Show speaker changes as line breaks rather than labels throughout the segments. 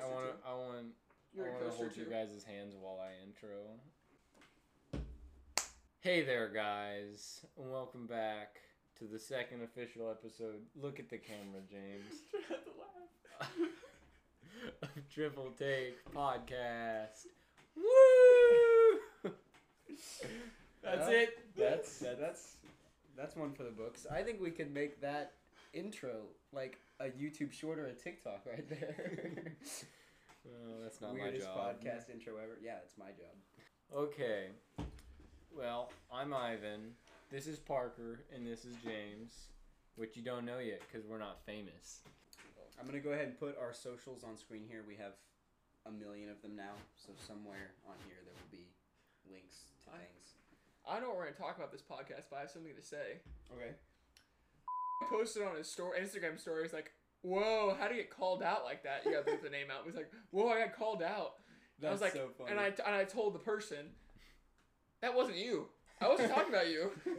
want to. I want.
You're
I
a
want to
coaster
hold you
too.
guys' hands while I intro. Hey there, guys, and welcome back to the second official episode. Look at the camera, James.
Try not to laugh.
of Triple Take Podcast. Woo!
That's
Yeah.
it.
That's that's that's one for the books. I think we could make that intro like a YouTube short or a TikTok right there. oh, that's not
Weirdest
my job.
podcast intro ever. Yeah, it's my job.
Okay. Well, I'm Ivan. This is Parker, and this is James. Which you don't know yet because we're not famous.
I'm gonna go ahead and put our socials on screen here. We have a million of them now, so somewhere on here there will be links to
I-
things.
I know we're gonna talk about this podcast, but I have something to say.
Okay.
posted on his story, Instagram story. He's like, "Whoa, how do you get called out like that?" You gotta bleep the name out. He's like, "Whoa, I got called out." And I was like, and I and I told the person, "That wasn't you. I wasn't talking about you."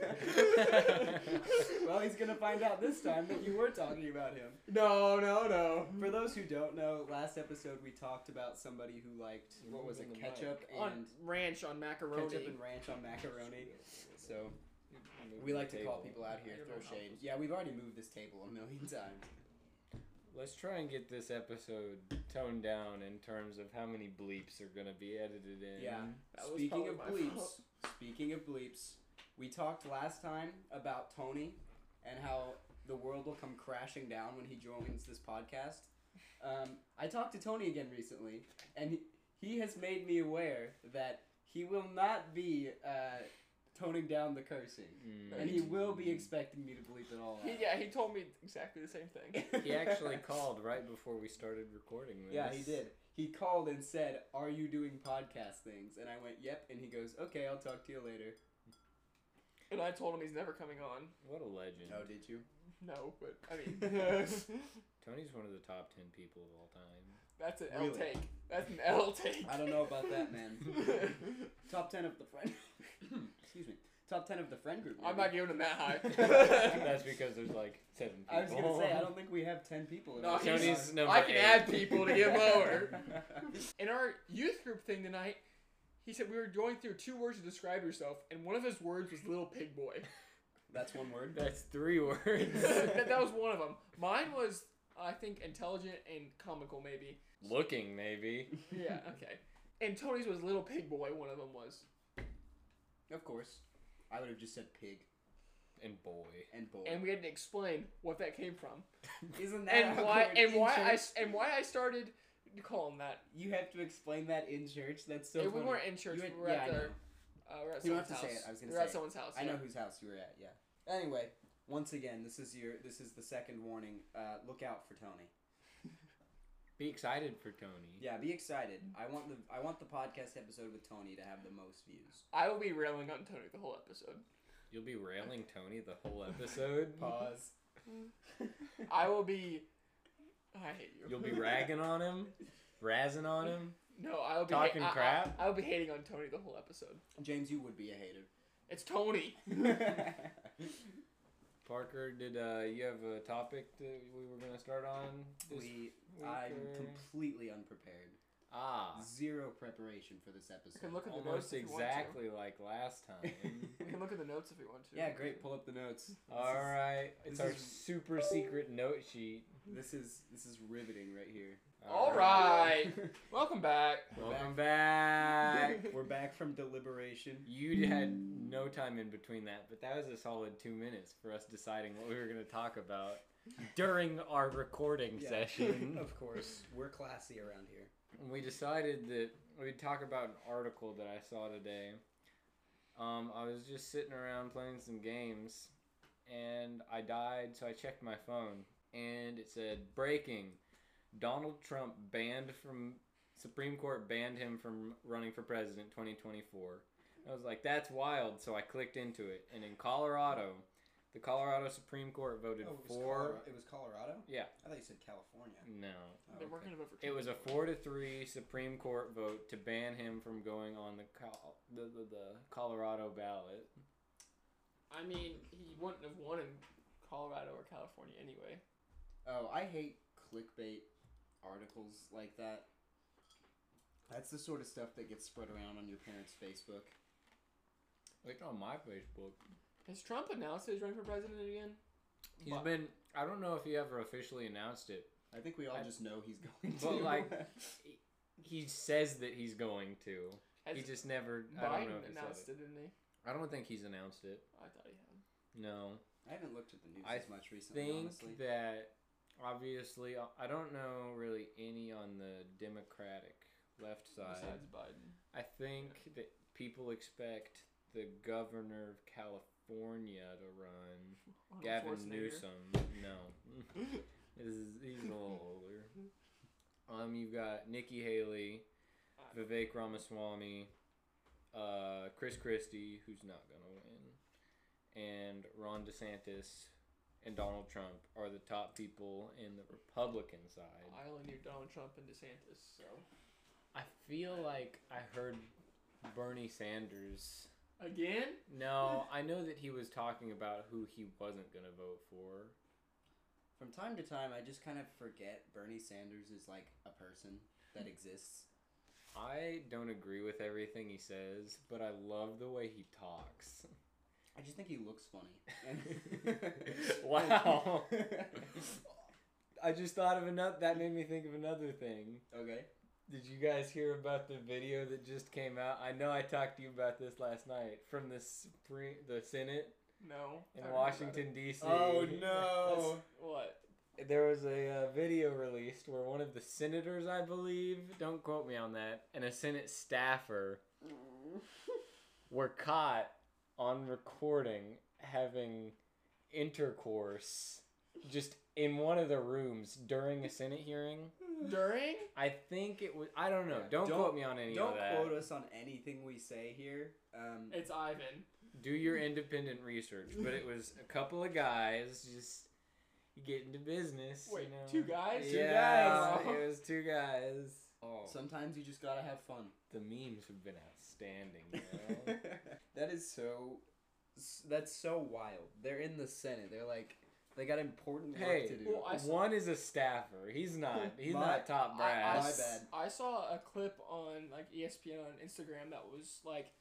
well, he's gonna find out this time that you were talking about him.
No, no, no.
For those who don't know, last episode we talked about somebody who liked what was it,
Moving the mic.
ketchup
On
and
ranch on macaroni.
ketchup and ranch on macaroni. So we like to call people out
I
here,
don't
throw
know how
shade.
this-
Yeah, we've already moved this table a million times.
Let's try and get this episode toned down in terms of how many bleeps are gonna be edited in.
Yeah.
That was
Speaking
probably
of
my
bleeps,
fault.
speaking of bleeps, we talked last time about Tony and how the world will come crashing down when he joins this podcast. Um, I talked to Tony again recently, and he, he has made me aware that he will not be uh, toning down the cursing,
Mm.
and he will be expecting me to bleep it all out.
He, yeah, he told me exactly the same thing.
He actually called right before we started recording this.
Yeah, he did. He called and said, "Are you doing podcast things?" And I went, "Yep." And he goes, "Okay, I'll talk to you later."
And I told him he's never coming on.
What a legend.
Oh, did you?
No, but I mean, that's
Tony's one of the top 10 people of all time.
an L
Really?
take. That's an L take.
I don't know about that, man. Top ten of the friend. Excuse me. Top ten of the friend group.
I'm not giving him that high.
That's because there's like seven people.
I was gonna say I don't think we have ten people.
Oh. No,
our
he's-
podcast.
Tony's number
I can
eight.
add people to get lower. In our youth group thing tonight, he said we were going through two words to describe yourself, and one of his words was little pig boy.
That's one word.
That's three words.
that, that was one of them. Mine was, I think, intelligent and comical, maybe.
Looking, maybe.
Yeah, okay. And Tony's was little pig boy, one of them was.
Of course. I would have just said pig
And boy.
and boy.
And we had to explain what that came from.
Isn't that
And why
awkward
and
in
why I
church?
s- and why I started to call him that.
You have to explain that in church. That's so.
Hey, we
funny.
weren't in church,
You
we were at
yeah, I
the-
know.
Uh, we're at
You
someone's
don't have to
house.
say it, I was gonna
we're at
say it.
someone's house.
I know
yeah.
whose house you were at. Yeah. Anyway, once again, this is your. This is the second warning. Uh, look out for Tony.
Be excited for Tony.
Mm-hmm.
Yeah, be excited. I want the I want the podcast episode with Tony to have the most views.
I will be railing on Tony the whole episode.
You'll be railing Tony the whole episode.
Pause.
Mm. I will be. I hate you.
You'll be ragging on him, razzing on him.
No, I will be
Talking
I- I-
crap?
I, will be hating on Tony the whole episode.
James, you would be a hater.
It's Tony.
Parker, did uh, you have a topic that we were gonna start on? this-
we, I'm
Okay.
completely unprepared.
ah,
Zero preparation for this
We can
episode.
look at the notes
almost
if you want
exactly like last time.
to. We can look at the notes if we want to.
yeah, great. Pull up the notes.
All right,
this
it's our
is-
super secret note sheet.
This is this is riveting right here.
All right. Welcome back.
welcome back.
We're back from deliberation.
You had no time in between that, but that was a solid two minutes for us deciding what we were going to talk about during our recording
Yeah.
session.
of course, we're classy around here.
And we decided that we'd talk about an article that I saw today. Um, I was just sitting around playing some games, and I died, so I checked my phone, and it said breaking. Donald Trump banned from Supreme Court banned him from running for president 2024. And I was like, that's wild. So I clicked into it, and in Colorado, the Colorado Supreme Court voted
Oh,
for
it was, Colorado. it was Colorado.
Yeah.
I thought you said California.
no.
Oh,
They're
okay.
working over.
It was a four to three Supreme Court vote to ban him from going on the Col- the, the, the Colorado ballot.
I mean, he wouldn't have won in Colorado or California anyway.
Oh, I hate clickbait articles like that. That's the sort of stuff that gets spread around on your parents' Facebook.
Like on my Facebook.
Has Trump announced that he's running for president again?
He's
But-
been. I don't know if he ever officially announced it.
I think we all
I-
just know he's going to.
But, like, He says that he's going to.
Has
he just never. I don't know
Biden
if he
announced
said
it, didn't he?
it. I don't think he's announced it.
I thought he had.
No.
I haven't looked at the news
I
as much recently,
think
honestly.
that obviously I don't know really any on the Democratic left side.
Besides Biden.
I think that people expect the governor of California to run.
Arnold
Gavin
Schwarzenegger.
Newsom. No. This is- he's a little older. Um, you've got Nikki Haley,
Uh,
Vivek Ramaswamy, uh, Chris Christie, who's not gonna win, and Ron DeSantis and Donald Trump are the top people in the Republican side.
I only knew Donald Trump and DeSantis, so
I feel like I heard Bernie Sanders.
again.
No, I know that he was talking about who he wasn't gonna vote for.
From time to time, I just kind of forget Bernie Sanders is like a person that exists.
I don't agree with everything he says, but I love the way he talks.
I just think he looks funny.
Wow. I just thought of another. That made me think of another thing.
okay.
Did you guys hear about the video that just came out? I know I talked to you about this last night from the Supreme, the Senate
No. I don't know
in
about it.
Washington D.C.
Oh no.
That's- What?
There was a uh, video released where one of the senators, I believe, don't quote me on that, and a Senate staffer were caught on recording having intercourse just in one of the rooms during a Senate hearing.
During?
I think it was. I don't know.
Yeah,
Don't,
don't-
quote me on any
Don't
of that.
quote us on anything we say here. Um,
It's Ivan.
Do your independent research. But it was a couple of guys just get into business.
Wait,
you know?
two guys?
Two
Yeah,
guys.
It was two guys. Oh,
sometimes you just gotta have fun.
the memes have been outstanding. You know?
that is so. s- That's so wild. They're in the Senate. They're like, they got important work
Hey,
to do.
well, I saw-
One is a staffer. He's not. He's
My-
not top brass.
My bad.
I saw a clip on like E ESPN on Instagram that was like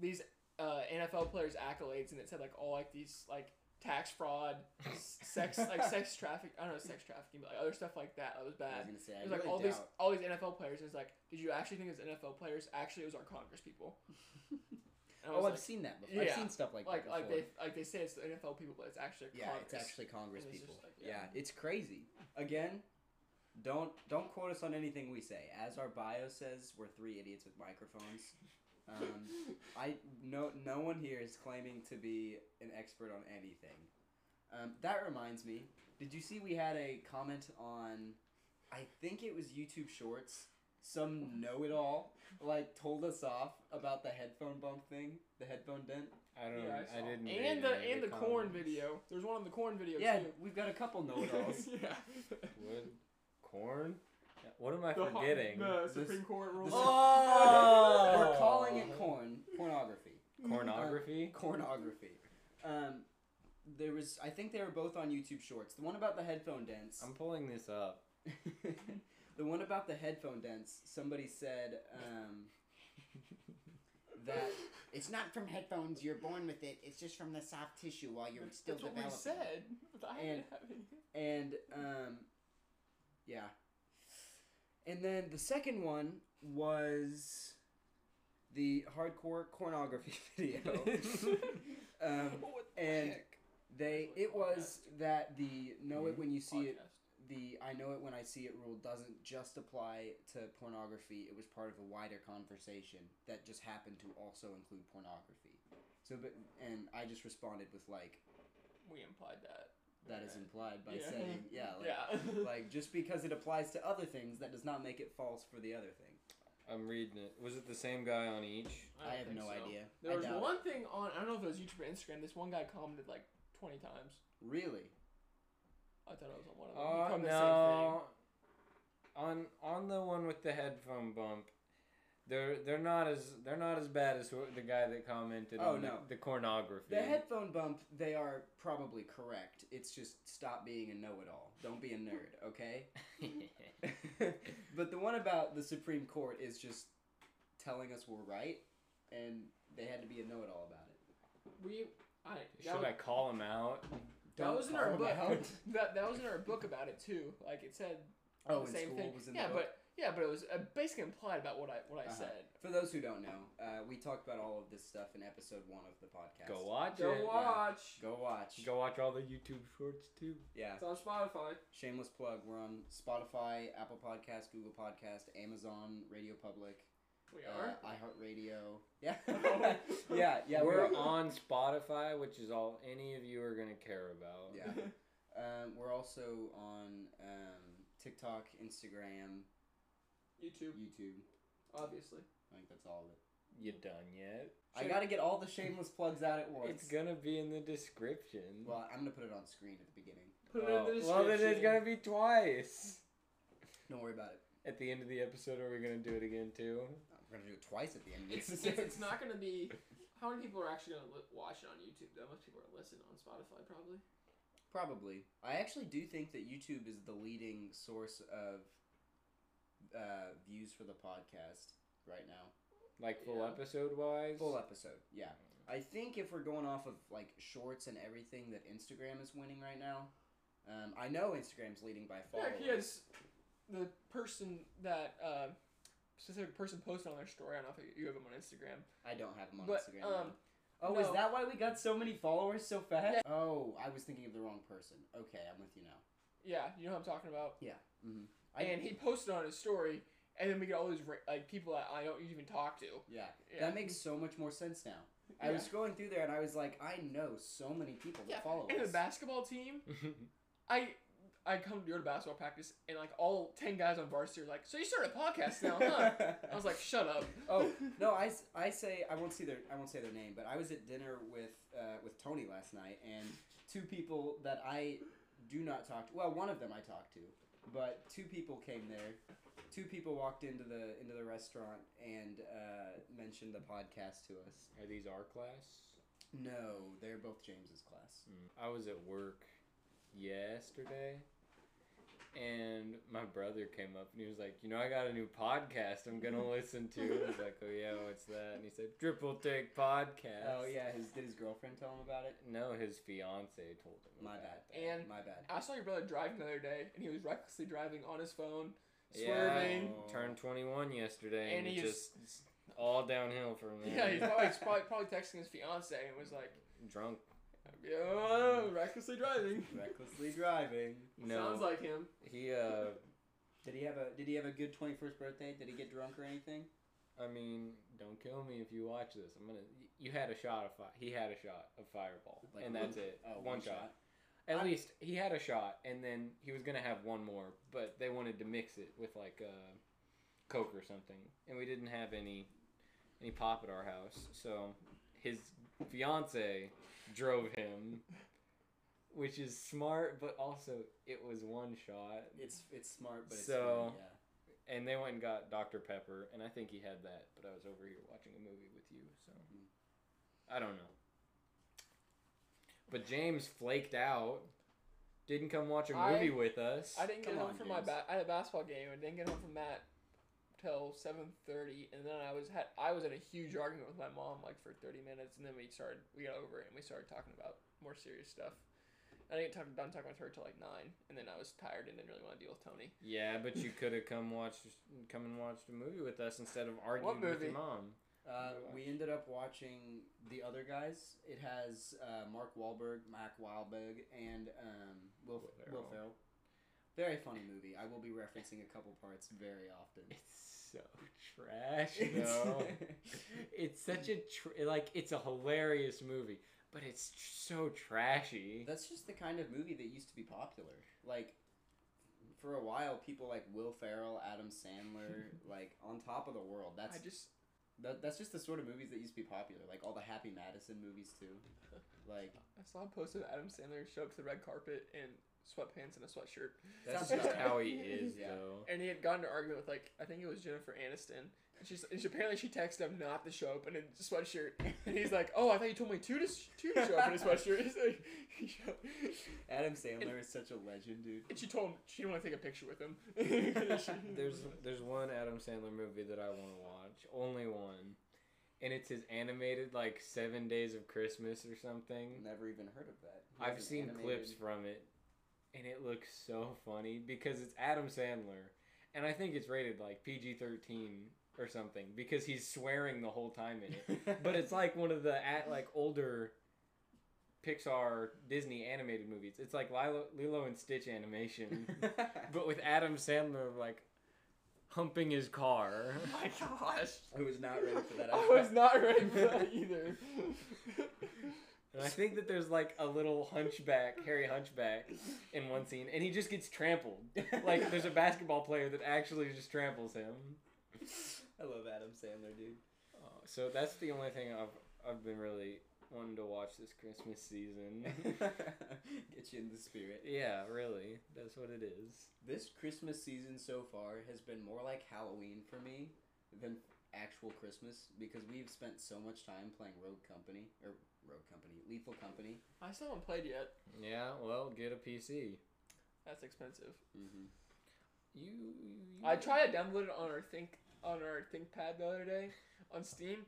these uh, NFL players' accolades, and it said like all like these like tax fraud, s- sex like sex traffic. I don't know sex trafficking, but like other stuff like that. That was
I was
bad.
gonna say, I
It was
really
like all
doubt.
these all these NFL players. And it's like, did you actually think it was NFL players? Actually, it was our Congress people. And I
Oh,
was
I've
like,
seen that before. I've
yeah,
seen stuff like,
like
that
like
before.
they like they say it's the NFL people, but it's actually
yeah,
Congress.
it's actually Congress
And it's
people.
just like,
yeah.
yeah.
it's crazy. Again, don't don't quote us on anything we say. As our bio says, we're three idiots with microphones. Um, I no no one here is claiming to be an expert on anything. Um, that reminds me. Did you see we had a comment on? I think it was YouTube Shorts. Some know-it-all like told us off about the headphone bump thing, the headphone dent.
I don't.
Yeah,
I,
saw.
didn't. read
And the
any of
and the corn
comments.
video. There's one on the corn video
Yeah,
too.
we've got a couple know-it-alls.
yeah.
What? Corn? What am I
The ho-
forgetting?
The
This-
Supreme Court ruled.
Oh!
We're calling it corn pornography.
Cornography.
Cornography. Um, there was I think they were both on YouTube Shorts. The one about the headphone dents.
I'm pulling this up.
the one about the headphone dents. Somebody said um, that it's not from headphones. You're born with it. It's just from the soft tissue while you're
That's,
still
that's what we
developing.
said. But I
And-
didn't have any-
And um, yeah. And then the second one was the hardcore pornography video. um,
What the
and
heck?
they
Like
it was that the know it
Mhm.
when you see it
Podcast.
the I know it when I see it rule doesn't just apply to pornography. It was part of a wider conversation that just happened to also include pornography. So but and I just responded with like
We implied that.
that is implied by
Yeah.
saying yeah like
yeah.
like just because it applies to other things that does not make it false for the other thing
I'm reading it. Was it the same guy on each?
don't
i, have
think
no
so.
idea
There
I
was
doubt it.
one thing on I don't know if it was YouTube or Instagram. This one guy commented like 20 times.
really
I thought it was on one of them. He
Uh,
Oh
commented the same thing.
no. On on the one with the headphone bump, They're they're not as they're not as bad as who- the guy that commented
Oh,
on
no.
the, the pornography.
The headphone bump, they are probably correct. It's just stop being a know it all. Don't be a nerd, okay? but the one about the Supreme Court is just telling us we're right, and they had to be a know it all about it.
We I
Should
that was,
I call him out?
that was in our
call 'em
book.
out.
That that was in our book about it too. Like it said
Oh,
the
in
same
school
thing.
was in
yeah,
the book.
but yeah, but it was uh, basically implied about what I what I
Uh-huh.
said.
For those who don't know, uh, we talked about all of this stuff in episode one of the podcast.
Go watch
Go
it.
watch.
Go watch.
Go watch all the YouTube shorts too.
Yeah.
It's on Spotify.
Shameless plug. We're on Spotify, Apple Podcast, Google Podcast, Amazon, Radio Public,
We
uh,
are.
iHeartRadio. Yeah.
Oh.
yeah. Yeah. we
we're
are.
on Spotify, which is all any of you are gonna care about.
Yeah. Um, we're also on um, TikTok, Instagram,
YouTube,
YouTube.
obviously.
I think that's all of it.
You done yet?
I gotta get all the shameless plugs out at once.
It's gonna be in the description.
Well, I'm gonna put it on screen at the beginning.
Put it
Oh,
in the description.
well, then it's gonna be twice.
Don't worry about it.
At the end of the episode, are we gonna do it again too?
We're gonna do it twice at the end. of the
It's, it's,
episode.
it's not going to be. How many people are actually going to li- watch it on YouTube? Though most people are listening on Spotify, probably.
Probably. I actually do think that YouTube is the leading source of uh, views for the podcast right now.
Like full
Yeah.
episode wise.
Full episode, yeah. I think if we're going off of like shorts and everything that Instagram is winning right now, um, I know Instagram's leading by far.
Yeah, because the person that uh, specific person posted on their story. I don't know if you have them on Instagram,
I don't have them on
but
Instagram.
um,
though. oh, is
no.
that why we got so many followers so fast? Oh, I was thinking of the wrong person. Okay, I'm with you now.
yeah, you know what I'm talking about.
hmm
and he posted on his story, and then we get all these ra- like people that I don't even talk to.
yeah,
Yeah.
that makes so much more sense now. I
Yeah.
was scrolling through there and I was like, I know so many people that
Yeah,
follow
and the
us.
basketball team. I I come to your basketball practice, and like all ten guys on varsity are like, "So you started a podcast now, huh?" I was like, "Shut up."
oh no, I, s- I say I won't see their I won't say their name, but I was at dinner with uh, with Tony last night, and two people that I do not talk to. Well, one of them I talked to, but two people came there. Two people walked into the into the restaurant and uh, mentioned the podcast to us.
Are these our class? Hmm.
No, they're both James's class.
I was at work yesterday, and my brother came up and he was like, "You know, I got a new podcast. I'm gonna listen to." I was like, "Oh yeah, what's that?" And he said, "Triple Take Podcast."
Oh yeah, his did his girlfriend tell him about it?
No, his fiance told him.
My
about
bad.
that.
And-
my bad.
I saw your brother driving the other day, and he was recklessly driving on his phone,
Yeah,
swerving.
I turned 21 yesterday,
And
and,
he
it just it's all downhill from there.
Yeah, he's probably, he's probably probably texting his fiance and was like,
drunk.
"Yo, recklessly driving."
Recklessly driving.
No,
Sounds like him.
he. uh
Did he have a Did he have a good twenty first birthday? Did he get drunk or anything?
I mean, don't kill me if you watch this. I'm gonna. You had a shot of fi- he had a shot of fireball,
Like
and
one-
that's it.
Oh,
One
one
shot. At
I-
least he had a shot, and then he was gonna have one more, but they wanted to mix it with like uh, coke or something, and we didn't have any any pop at our house, so his fiance drove him, which is smart, but also it was one shot,
It's it's smart, but it's
So-
funny,
and they went and got Dr Pepper, and I think he had that, but I was over here watching a movie with you, so
Mm.
I don't know. But James flaked out. Didn't come watch a
I-
movie with us.
I didn't get
Come
home
on,
from my
James.
ba- I had a basketball game and didn't get home from that till seven thirty, and then I was had I was in a huge argument with my mom like for thirty minutes, and then we started we got over it and we started talking about more serious stuff. I didn't get talk, done talking with her till like nine, and then I was tired and didn't really want to deal with Tony.
Yeah, but you could have come watched come and watched a movie with us instead of
What
arguing with
movie?
your mom.
yeah. Uh, we ended up watching the other guys. It has uh, Mark Wahlberg, Mac Wahlberg, and um, Will
Will
Will
Ferrell.
Ferrell. Very funny movie. I will be referencing a couple parts very often.
It's so trash, though. it's such a tr- like it's a hilarious movie, but it's tr- so trashy.
That's just the kind of movie that used to be popular. Like for a while, people like Will Ferrell, Adam Sandler, like on top of the world. That's
I just
That, that's just the sort of movies that used to be popular, like all the Happy Madison movies too. Like
I saw a post of Adam Sandler show up to the red carpet and sweatpants and a sweatshirt.
That's just
Sounds about right.
how he is,
Yeah.
though.
And he had gotten into an argument with like I think it was Jennifer Aniston. And she's and she, apparently she texted him not to show up in a sweatshirt, and he's like, "Oh, I thought you told me two to sh- two to show up in a sweatshirt." He's like, he showed-
Adam Sandler is such a legend, dude.
and she told him she didn't want to take a picture with him. She-
There's there's one Adam Sandler movie that I want to watch, only one, and it's his animated like Seven Days of Christmas or something.
Never even heard of that. He
I've
has an
seen
animated-
clips from it, and it looks so funny because it's Adam Sandler, and I think it's rated like PG thirteen or something because he's swearing the whole time in it. but it's like one of the at like older Pixar Disney animated movies. It's like Lilo, Lilo and Stitch animation, but with Adam Sandler like humping his car.
Oh my gosh,
I was not ready for that.
I was not ready for that either.
And I think that there's like a little hunchback, hairy hunchback, in one scene, and he just gets trampled. Like there's a basketball player that actually just tramples him.
I love Adam Sandler, dude.
Uh, so that's the only thing I've I've been really wanting to watch this Christmas season.
Get you in the spirit.
yeah, really, that's what it is.
This Christmas season so far has been more like Halloween for me than actual Christmas because we've spent so much time playing Rogue Company or Rogue Company, Lethal Company.
I still haven't played yet.
Yeah, well, get a PC.
That's expensive.
Mm-hmm.
You, you
I tried to download it on our Think on our ThinkPad the other day on Steam.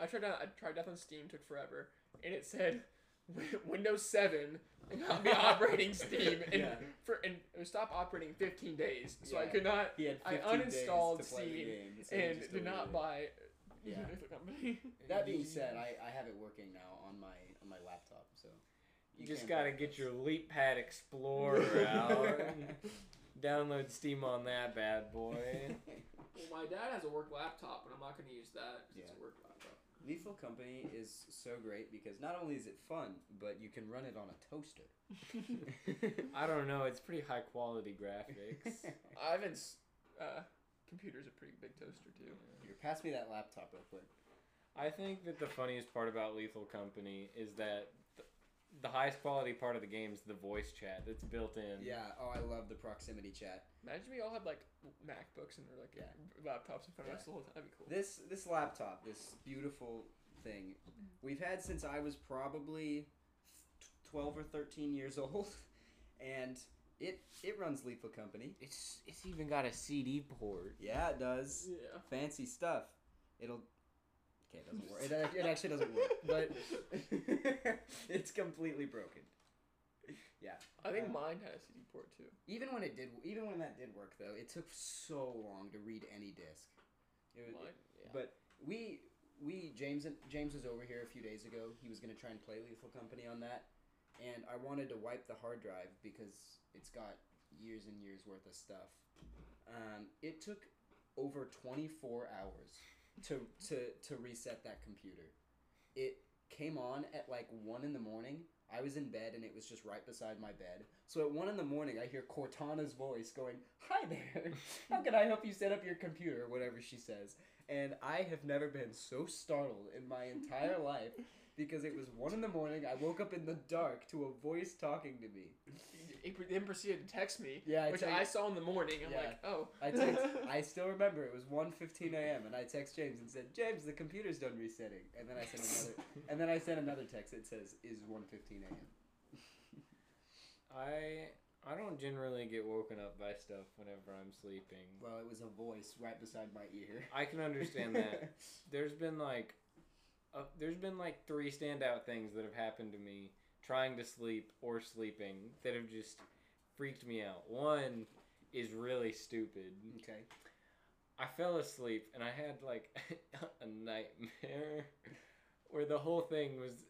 I tried down, I tried that on Steam, took forever, and it said "Win- Windows Seven will not be operating Steam, and
Yeah.
for and it would stop operating 15 days. So I
Yeah.
could not
He had
I
15
uninstalled
days to play the
Steam
game, so he
and
just
did not
deleted it.
buy.
Yeah.
the company.
That being said, I, I have it working now on my on my laptop, so
you just
can
gotta
play this.
get your Leap Pad Explorer out. and Download Steam on that bad boy.
well, my dad has a work laptop, and I'm not going to use that. 'cause It's
Yeah.
a work laptop.
Lethal Company is so great because not only is it fun, but you can run it on a toaster.
I don't know. It's pretty high quality graphics.
Ivan's uh, computer's a pretty big toaster too.
Here, pass me that laptop real quick.
I think that the funniest part about Lethal Company is that th- the highest quality part of the game is the voice chat that's built in.
Yeah. Oh, I love the proximity chat.
Imagine we all had like MacBooks and or like
Yeah.
laptops in front
Yeah.
of us the whole time. That'd be cool.
This this laptop, this beautiful thing, we've had since I was probably twelve or thirteen years old, and it it runs Lethal Company.
It's it's even got a CD port.
Yeah, it does.
Yeah.
Fancy stuff. It'll. Okay, it doesn't work. It, ac- it actually doesn't work, but it's completely broken.
I think
Yeah.
mine had a CD port too.
Even when it did, even when that did work though, it took so long to read any disc. It was-
Mine. Yeah.
But we we James and James was over here a few days ago. He was gonna try and play Lethal Company on that, and I wanted to wipe the hard drive because it's got years and years worth of stuff. Um, it took over twenty four hours to to to reset that computer. It came on at like one in the morning. I was in bed and it was just right beside my bed. So at one in the morning, I hear Cortana's voice going, "Hi there. How can I help you set up your computer?" or Whatever she says. And I have never been so startled in my entire life because it was one in the morning. I woke up in the dark to a voice talking to me.
He pr- then proceeded to text me,
Yeah, I
which
text-
I saw in the morning. I'm
Yeah.
like, oh.
I text, I still remember it was 1:15 a.m. and I text James and said, "James, the computer's done resetting." And then I sent another, and then I sent another text that says, "Is 1:15 a.m."
I I don't generally get woken up by stuff whenever I'm sleeping.
Well, it was a voice right beside my ear.
I can understand that. there's been like uh, there's been like three standout things that have happened to me trying to sleep or sleeping that have just freaked me out one is really stupid
okay.
i fell asleep and i had like a nightmare where the whole thing was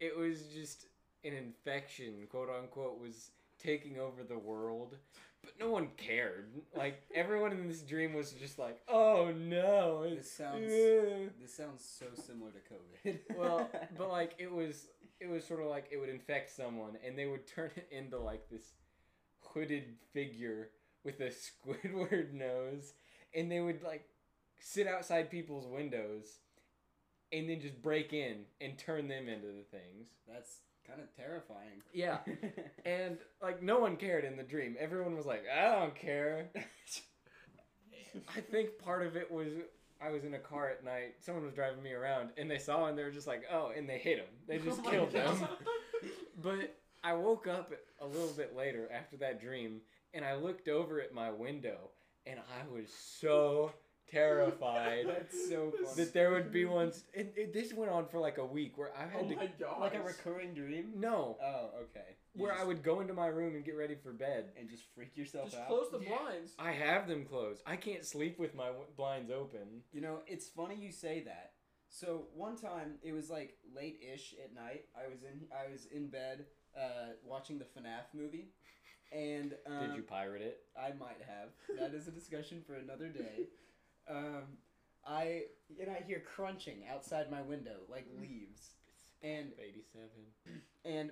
it was just an infection quote unquote was taking over the world but no one cared like everyone in this dream was just like oh no
This sounds-
Ugh."
This sounds so similar to COVID.
well, but like it was, it was sort of like it would infect someone, and they would turn it into like this hooded figure with a Squidward nose, and they would like sit outside people's windows, and then just break in and turn them into the things.
that's Kind of terrifying.
Yeah. And like no one cared in the dream. Everyone was like, I don't care. I think part of it was I was in a car at night. Someone was driving me around, and they saw, and they were just like, "Oh!" And they hit him. They
Oh
just
my
killed
God.
him. But I woke up a little bit later after that dream, and I looked over at my window, and I was so terrified
That's so
This-
funny.
that there would be one. And it, this went on for like a week, where I had
oh
to
my god.
Like a recurring dream.
no,
Oh, okay. You
where I
just-
would go into my room and get ready for bed.
and just freak yourself
Just
out.
close the
Yeah.
blinds.
I have them closed. I can't sleep with my w- blinds open.
You know, it's funny you say that. So one time it was like late ish at night. I was in I was in bed uh, watching the FNAF movie, and um,
Did you pirate it?
I might have. That is a discussion for another day. Um, I and I hear crunching outside my window like
Mm.
leaves, and
Eighty-seven.
and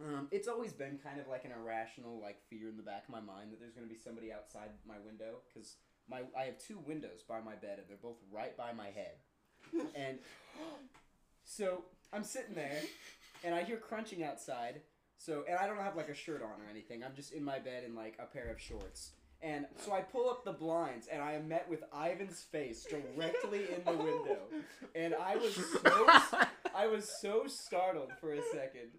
um, it's always been kind of like an irrational like fear in the back of my mind that there's going to be somebody outside my window because my I have two windows by my bed and they're both right by my head, and so I'm sitting there and I hear crunching outside. So and I don't have like a shirt on or anything. I'm just in my bed in like a pair of shorts. And so I pull up the blinds and I am met with Ivan's face directly in the window. And I was so I was so startled for a second.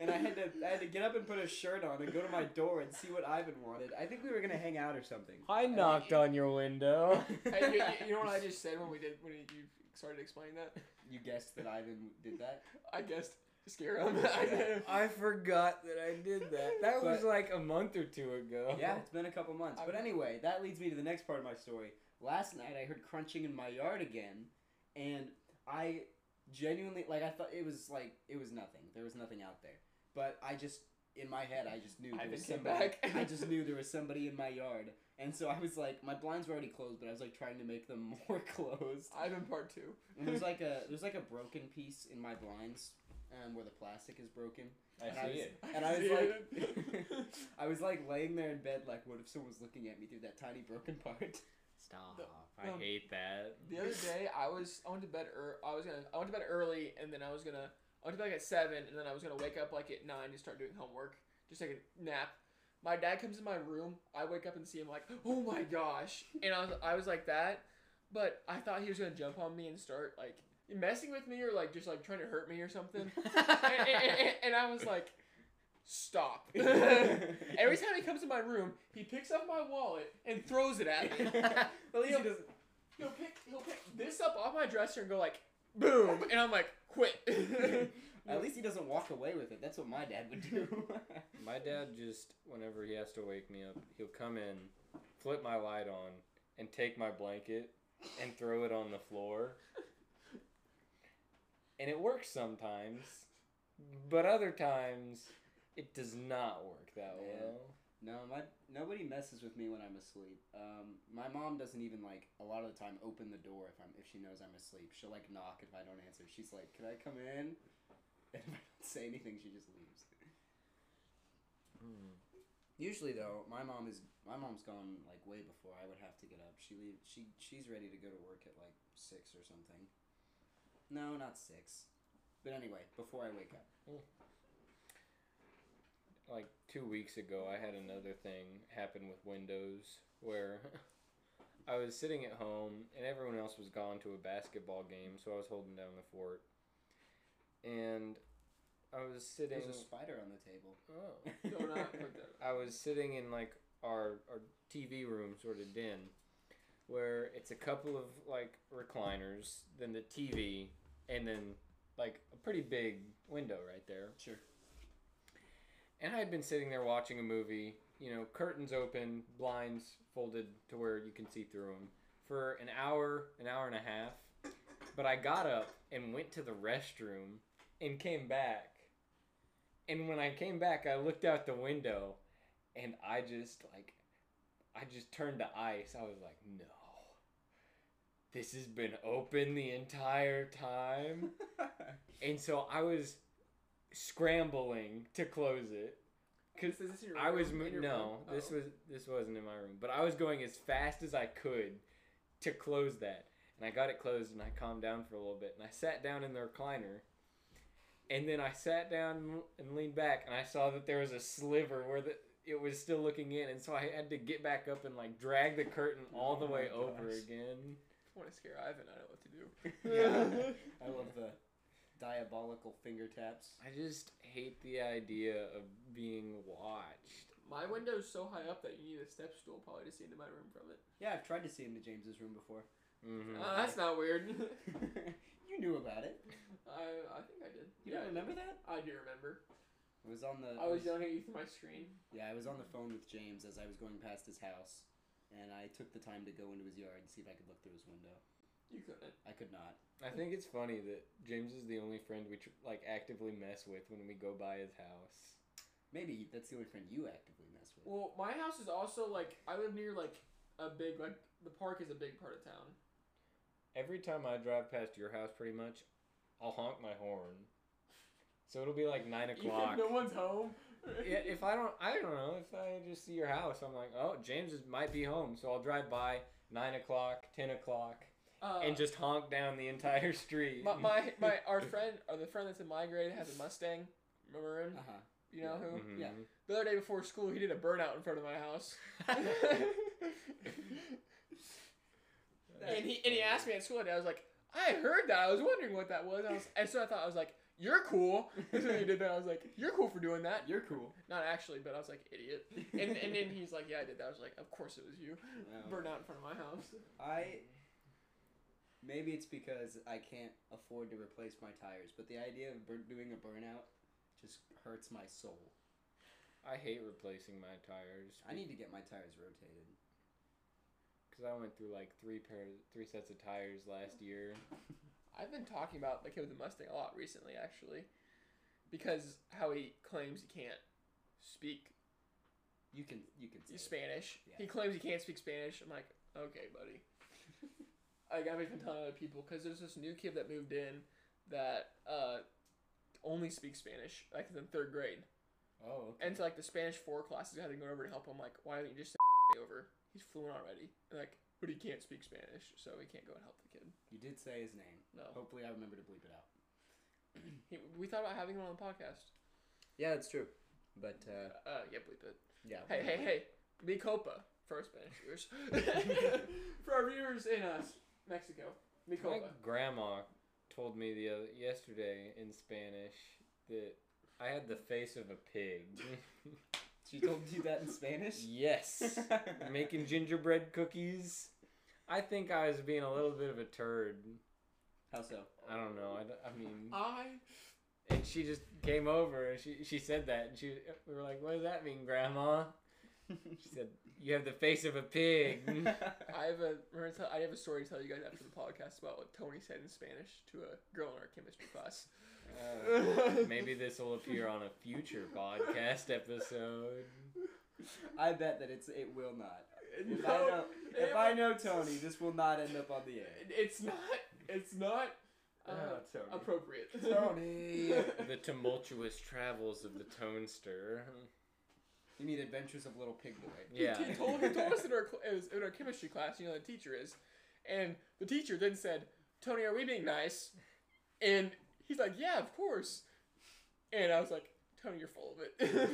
And I had to I had to get up and put a shirt on and go to my door and see what Ivan wanted. I think we were gonna hang out or something.
I knocked on your window.
Hey, you, you- you know what I just said when we did when you started explaining that?
You guessed that Ivan did that.
I guessed scare him. I did.
I forgot that I did that. That was
But-
like a month or two ago.
Uh-huh.
Yeah, it's been a couple months. But anyway, that leads me to the next part of my story. Last night I heard crunching in my yard again, and I genuinely like I thought it was like it was nothing. There was nothing out there. But I just in my head I just knew there
Ivan
was
came
somebody.
back.
I just knew there was somebody in my yard. And so I was like my blinds were already closed, but I was like trying to make them more closed.
I'm in part two.
And there's like a there's like a broken piece in my blinds um, where the plastic is broken. And I
I see
was-
it.
And I was
did.
like, I was like laying there in bed, like, what if someone was looking at me through that tiny broken part?
Stop.
I um,
hate that.
the other day I was I went to bed ear I was gonna I went to bed early and then I was gonna I went to bed like at seven and then I was gonna wake up like at nine and start doing homework just take a nap. My dad comes in my room. I wake up and see him like oh my gosh and I was I was like that, but I thought he was gonna jump on me and start like messing with me or like just like trying to hurt me or something. and, and- and- and I was like, stop. Every time he comes in my room, he picks up my wallet and throws it at me.
At least he doesn't.
He'll pick, he'll pick this up off my dresser and go like, boom, and I'm like, quit.
At least he doesn't walk away with it. That's what my dad would do.
My dad just, whenever he has to wake me up, he'll come in, flip my light on, and take my blanket and throw it on the floor. And it works sometimes, but other times it does not work that
Man.
well.
no, my nobody messes with me when I'm asleep. Um, my mom doesn't even like a lot of the time open the door if I'm if she knows I'm asleep. She'll like knock if I don't answer. She's like, "Can I come in?" And if I don't say anything, she just leaves. Usually though, my mom is my mom's gone like way before I would have to get up. She leave she she's ready to go to work at like six or something. No, not six. But anyway, before I wake up.
like two weeks ago, I had another thing happen with Windows where I was sitting at home and everyone else was gone to a basketball game, so I was holding down the fort. And I was sitting.
There's a spider on the table.
Oh.
no, not like that.
I was sitting in like our our TV room sort of den, where it's a couple of like recliners, then the TV, and then like a pretty big window right there.
Sure.
And I had been sitting there watching a movie, you know, curtains open, blinds folded to where you can see through them for an hour, an hour and a half. But I got up and went to the restroom and came back. And when I came back, I looked out the window and I just like I just turned to ice. I was like, "No. This has been open the entire time." and so I was scrambling to close it.
Is this in your
I was
room?
mo-
In your
no,
room?
this
Oh.
was this wasn't in my room, but I was going as fast as I could to close that, and I got it closed, and I calmed down for a little bit, and I sat down in the recliner, And then I sat down and leaned back, and I saw that there was a sliver where the, it was still looking in, and so I had to get back up and like drag the curtain all the
Oh
way
my
over
gosh.
again.
I want to scare Ivan. I don't know what to do.
Yeah. I love the diabolical finger taps.
I just hate the idea of being watched.
My window's so high up that you need a step stool probably to see into my room from it.
Yeah, I've tried to see into James's room before.
hmm
Uh, that's not weird.
you knew about it.
I I think I did.
You
yeah,
don't remember that?
I do remember.
It was on the.
I was yelling at you through my screen.
Yeah, I was on the phone with James as I was going past his house, and I took the time to go into his yard and see if I could look through his window.
You couldn't.
I could not.
I think it's funny that James is the only friend we tr- like actively mess with when we go by his house.
Maybe that's the only friend you actively mess with.
Well, my house is also like I live near like a big like the park is a big part of town.
Every time I drive past your house, pretty much, I'll honk my horn. So it'll be like nine
You think
o'clock.
no one's home.
yeah, if I don't, I don't know. If I just see your house, I'm like, oh, James is, might be home, so I'll drive by nine o'clock, ten o'clock,
uh,
and just honk down the entire street.
my, my my our friend or the friend that's in my grade has a Mustang. Remember him?
Uh huh.
You know who?
Mhm.
yeah.
The other day before school, he did a burnout in front of my house. and he and he asked me at school, and I was like, I heard that. I was wondering what that was. I was, and so I thought I was like, you're cool. So he did that. I was like, you're cool for doing that.
You're cool.
Not actually, but I was like, idiot. And and then he's like, yeah, I did that. I was like, of course it was you.
Wow.
Burnout in front of my house.
I maybe it's because I can't afford to replace my tires, but the idea of bur- doing a burnout just hurts my soul.
I hate replacing my tires.
I need to get my tires rotated.
because I went through like three pair, three sets of tires last year.
I've been talking about the kid with the Mustang a lot recently, actually, because how he claims he can't speak
You can you can say it.
Spanish.
Yeah.
He claims he can't speak Spanish. I'm like, okay, buddy. like I've been telling other people because there's this new kid that moved in that uh, only speaks Spanish, like in third grade,
Oh, okay.
and so like the Spanish four classes I had to go over and help him. Like, why don't you just say over? He's fluent already. And, like, but he can't speak Spanish, so he can't go and help the kid.
you did say his name.
No,
Hopefully, I remember to bleep it out.
he, we thought about having him on the podcast.
Yeah, it's true. But uh,
Uh, yeah, bleep it.
yeah.
Hey, hey, hey. Mi copa for our Spanish viewers. for our viewers in us, Mexico. Mi
My
copa.
grandma told me the other, yesterday in Spanish that I had the face of a pig.
She told you that in Spanish.
yes, making gingerbread cookies. I think I was being a little bit of a turd.
How so?
I don't know. I, d- I mean,
I.
and she just came over and she she said that and she we were like, "What does that mean, Grandma?" She said, "You have the face of a pig."
I have a remember to tell- I have a story to tell you guys after the podcast about what Tony said in Spanish to a girl in our chemistry class.
Uh, maybe this will appear on a future podcast episode.
I bet that it's it will not. If I
No,
know if
it
I
was-
know Tony, this will not end up on the air.
it's not. It's not uh, appropriate.
Tony.
The tumultuous travels of the Tonester.
You mean Adventures of Little Pig Boy?
Yeah.
He told, he told us in our, cl- it was in our chemistry class, you know, the teacher is. And the teacher then said, Tony, are we being nice? And he's like, yeah, of course. And I was like, Tony, you're full of it.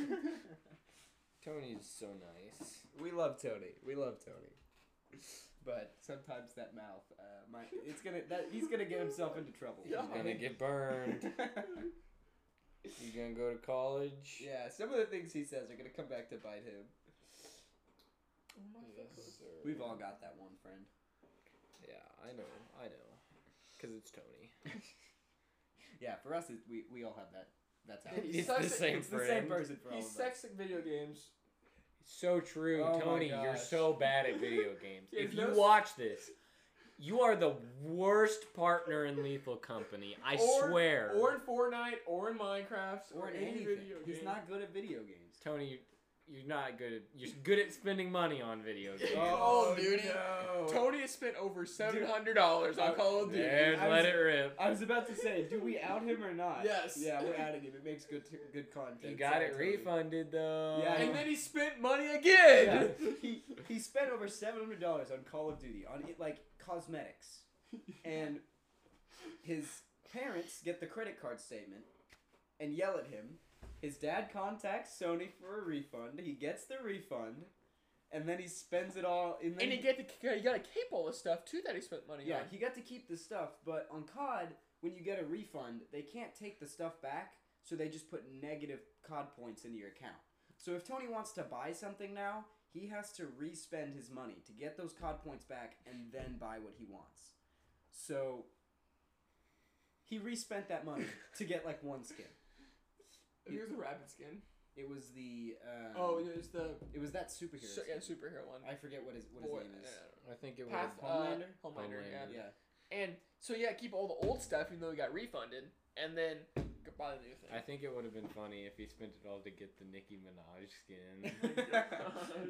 Tony is so nice.
we love Tony. We love Tony. But sometimes that mouth, uh, my, it's gonna that he's gonna get himself into trouble.
Yeah.
He's gonna get burned. He's gonna go to college.
yeah, some of the things he says are gonna come back to bite him.
Oh my
Yes, sir.
We've all got that one friend.
Yeah, I know. I know. Because it's Tony.
Yeah, for us, it, we we all have that. That's how.
He's
It's
such
the
a-
same
it's the
friend.
same person for all
He's
of us.
sexed at video games.
So true,
Oh my
Tony. You're
gosh.
so bad at video games.
Yeah,
if
no
you
s-
watch this, you are the worst partner in Lethal Company. I
Or-
swear.
Or in Fortnite, or in Minecraft,
Or
or,
in
any
anything.
video game.
He's not good at video games.
Tony, you, you're not good at. You're good at spending money on video games.
Oh,
Call of Duty.
no.
Tony has spent over seven hundred dollars on
Oh,
Call of Duty.
Dude,
I
let
was-
it rip.
I was about to say, do we out him or not?
Yes.
Yeah, we're outing him. It makes good good content.
He got
Sorry,
it
Tony.
refunded though.
Yeah,
And
I-
then he spent money again.
Yeah, he he spent over seven hundred dollars on Call of Duty on it, like cosmetics, and his parents get the credit card statement, and yell at him. His dad contacts Sony for a refund. He gets the refund, and then he spends it all. And, then
And you get to you got to keep all the stuff too that he spent money
yeah,
on.
he got to keep the stuff, but on COD, when you get a refund, they can't take the stuff back, so they just put negative COD points into your account. So if Tony wants to buy something now, he has to respend his money to get those COD points back and then buy what he wants. So he respent that money to get like one skin.
Here's the rabbit skin.
It was the um,
Oh, it was the
it was that superhero.
su- yeah,
skin.
superhero one.
I forget what his what his
Boy,
name is.
I don't know.
I think it was.
Path, Homelander?
Homelander?
Uh, Homelander, yeah.
Homelander.
Yeah,
And so yeah, keep all the old stuff even though we got refunded, and then go buy the new thing.
I think it would have been funny if he spent it all to get the Nicki Minaj skin.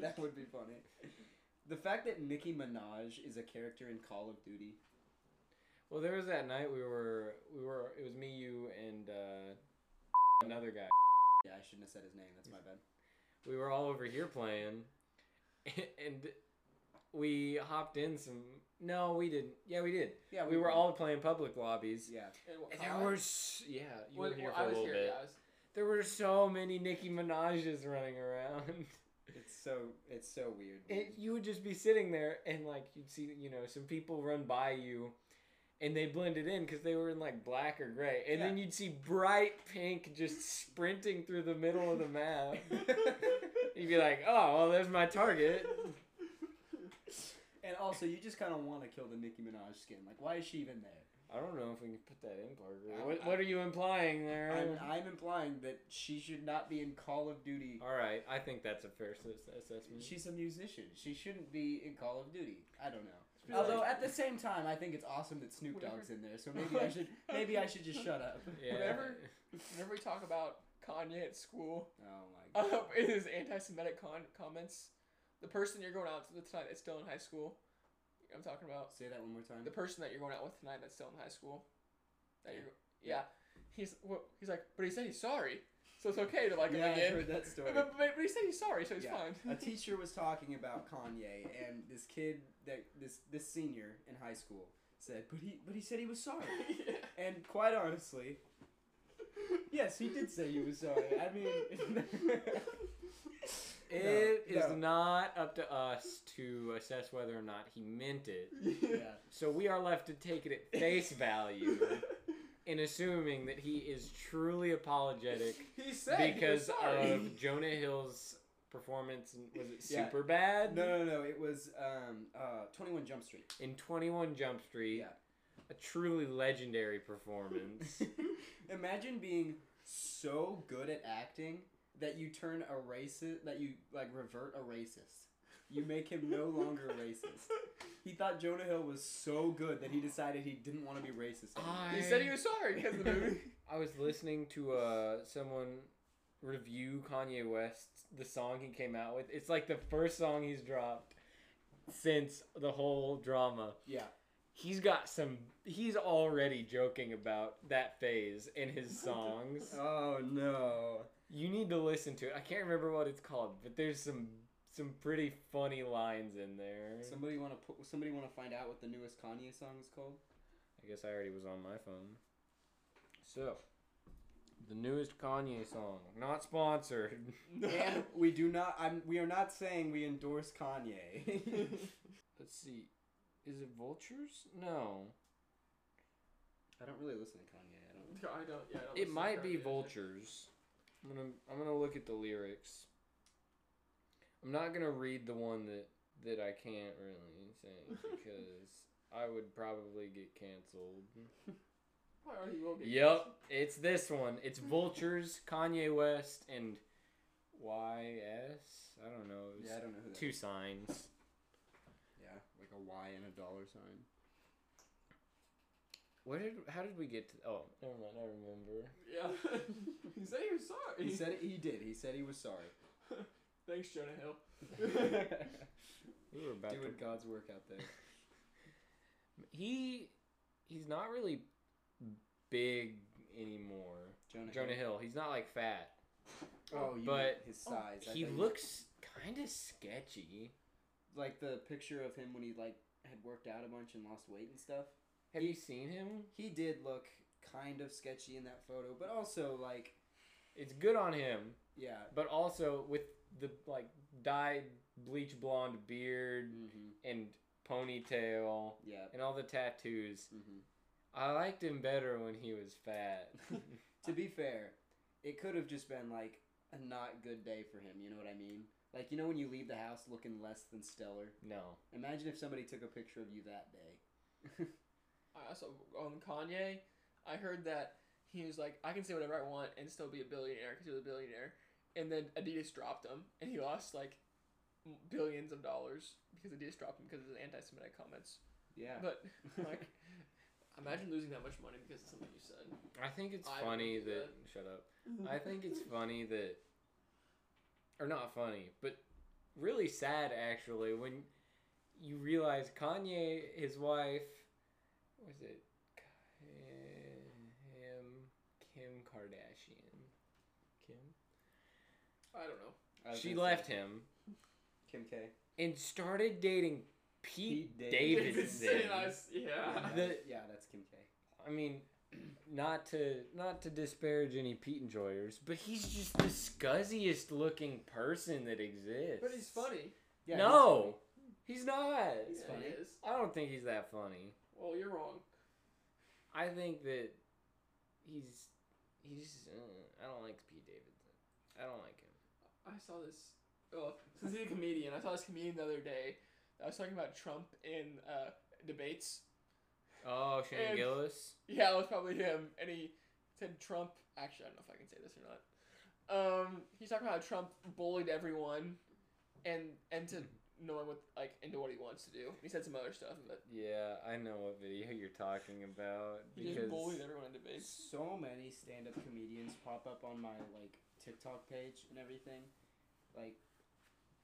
that would be funny. The fact that Nicki Minaj is a character in Call of Duty.
well, there was that night we were we were it was me, you, and uh, another guy.
Yeah, I shouldn't have said his name. That's my bad.
We were all over here playing, and we hopped in some. No, we didn't. Yeah, we did.
Yeah,
We were all playing public lobbies.
Yeah,
And what
And
color?
there were s- yeah, you
Well,
were here
well,
for
I
a
was
little
here.
bit.
Yeah, I was,
There were so many Nicki Minajes running around.
it's so it's so weird.
It, you would just be sitting there and like you'd see you know some people run by you and they blended in because they were in like black or gray and then you'd see bright pink just sprinting through the middle of the map you'd be like oh well there's my target
and also, you just kind of want to kill the Nicki Minaj skin. Like, why is she even there?
i don't know if we can put that in parker
I-
what,
I-
what are you implying there
I'm, I'm implying that she should not be in Call of Duty.
all right i think that's a fair ass- assessment
She's a musician. She shouldn't be in Call of Duty. I don't know.
Be like-
Although at the same time, I think it's awesome that Snoop
Whatever.
Dogg's in there. So maybe I should maybe I should just shut up.
yeah.
whatever. whenever we talk about Kanye at school,
Oh my
uh,
god.
in his anti-Semitic con- comments, the person you're going out with tonight that's still in high school. I'm talking about
Say that one more time.
the person that you're going out with tonight that's still in high school. That you're, yeah. He's well, he's like, but he said he's sorry, so it's okay to like him
yeah, I
again.
heard that story.
But, but, but he said he's sorry, so he's
Yeah.
fine.
a teacher was talking about Kanye, and this kid that this this senior in high school said, "But he but he said he was sorry."
Yeah.
and quite honestly, yes, he did say he was sorry. I mean,
It is
No, no.
not up to us to assess whether or not he meant it
yeah,
So we are left to take it at face value in assuming that he is truly apologetic
He said he was
because
sorry.
of Jonah Hill's performance. in- Was it
Yeah.
super bad?
no, no, no. It was um uh Twenty One Jump Street.
In 21 Jump Street,
Yeah.
a truly legendary performance.
Imagine being so good at acting that you turn a racist, that you like revert a racist. You make him no longer racist. He thought Jonah Hill was so good that he decided he didn't want to be racist.
I-
He said he was sorry because of the movie.
I was listening to uh, someone review Kanye West, the song he came out with. It's like the first song he's dropped since the whole drama.
Yeah.
he's got some he's already joking about that phase in his songs
Oh no.
you need to listen to it i can't remember what it's called but there's some some pretty funny lines in there
Somebody want to put? Somebody want to find out what the newest Kanye song is called?
i guess i already was on my phone so the newest kanye song not sponsored
and we do not. I'm. We are not saying we endorse Kanye.
let's see is it vultures no
I don't really listen to Kanye. I don't.
I don't. Yeah, I don't
it
listen to
might be
Kanye.
vultures i'm gonna i'm gonna look at the lyrics i'm not gonna read the one that that i can't really sing because i would probably get canceled
Or he will get
yep it's this one it's vultures kanye west and ys i don't know it was
Yeah, I don't know who that.
two signs
Yeah, like a Y and a dollar sign.
where did how did we get to oh never mind i remember
Yeah. he said he was sorry.
He said it, he did. He said he was sorry.
Thanks, Jonah Hill.
Doing
we were about to
God's work out there.
he he's not really big anymore
Jonah.
Jonah Hill. He's not like fat.
Oh, you
But-
meant his size. I
he
thought you-
looks kind of sketchy.
like the picture of him when he like had worked out a bunch and lost weight and stuff.
Have you seen him?
He did look kind of sketchy in that photo, but also like
it's good on him,
Yeah.
but also with the like dyed bleach blonde beard
Mm-hmm.
and ponytail
Yeah.
and all the tattoos.
Mm-hmm.
I liked him better when he was fat.
To be fair, it could have just been like a not good day for him. You know what I mean? Like you know when you leave the house looking less than stellar.
no.
Imagine if somebody took a picture of you that day.
I also on Kanye, I heard that he was like, I can say whatever I want and still be a billionaire because he was a billionaire. And then Adidas dropped him, and he lost like m- billions of dollars because Adidas dropped him because of his anti-Semitic comments.
yeah.
But like, imagine losing that much money because of something you said.
I think it's
I would
funny
do
that shut up. I think it's funny that or not funny, but really sad actually when you realize Kanye, his wife, was it Kim Kim Kardashian? Kim?
I don't know.
I was
She
gonna say
left him
Kim K.
and started dating Pete,
Pete Davidson.
Davidson.
I s- yeah.
The-
yeah, that's Kim K.
I mean, not to not to disparage any Pete enjoyers, but he's just the scuzziest looking person that exists.
But he's funny.
Yeah,
no, he's, not.
He's
yeah,
funny.
He is.
I don't think he's that funny.
Well, you're wrong.
I think that he's he's. Uh, I don't like Pete Davidson. I don't like him.
I saw this. Well, since he's a comedian, I saw this comedian the other day that was talking about Trump in uh, debates.
Oh, Shane
And-
Gillis.
Yeah, it was probably him. And he said Trump. Actually, I don't know if I can say this or not. Um, he's talking about how Trump bullied everyone, and and to
Mm-hmm.
knowing what like into what he wants to do. He said some other stuff, but
Yeah, I know what video you're talking about
he just
because
bullied everyone in debates.
So many stand-up comedians pop up on my like TikTok page and everything. Like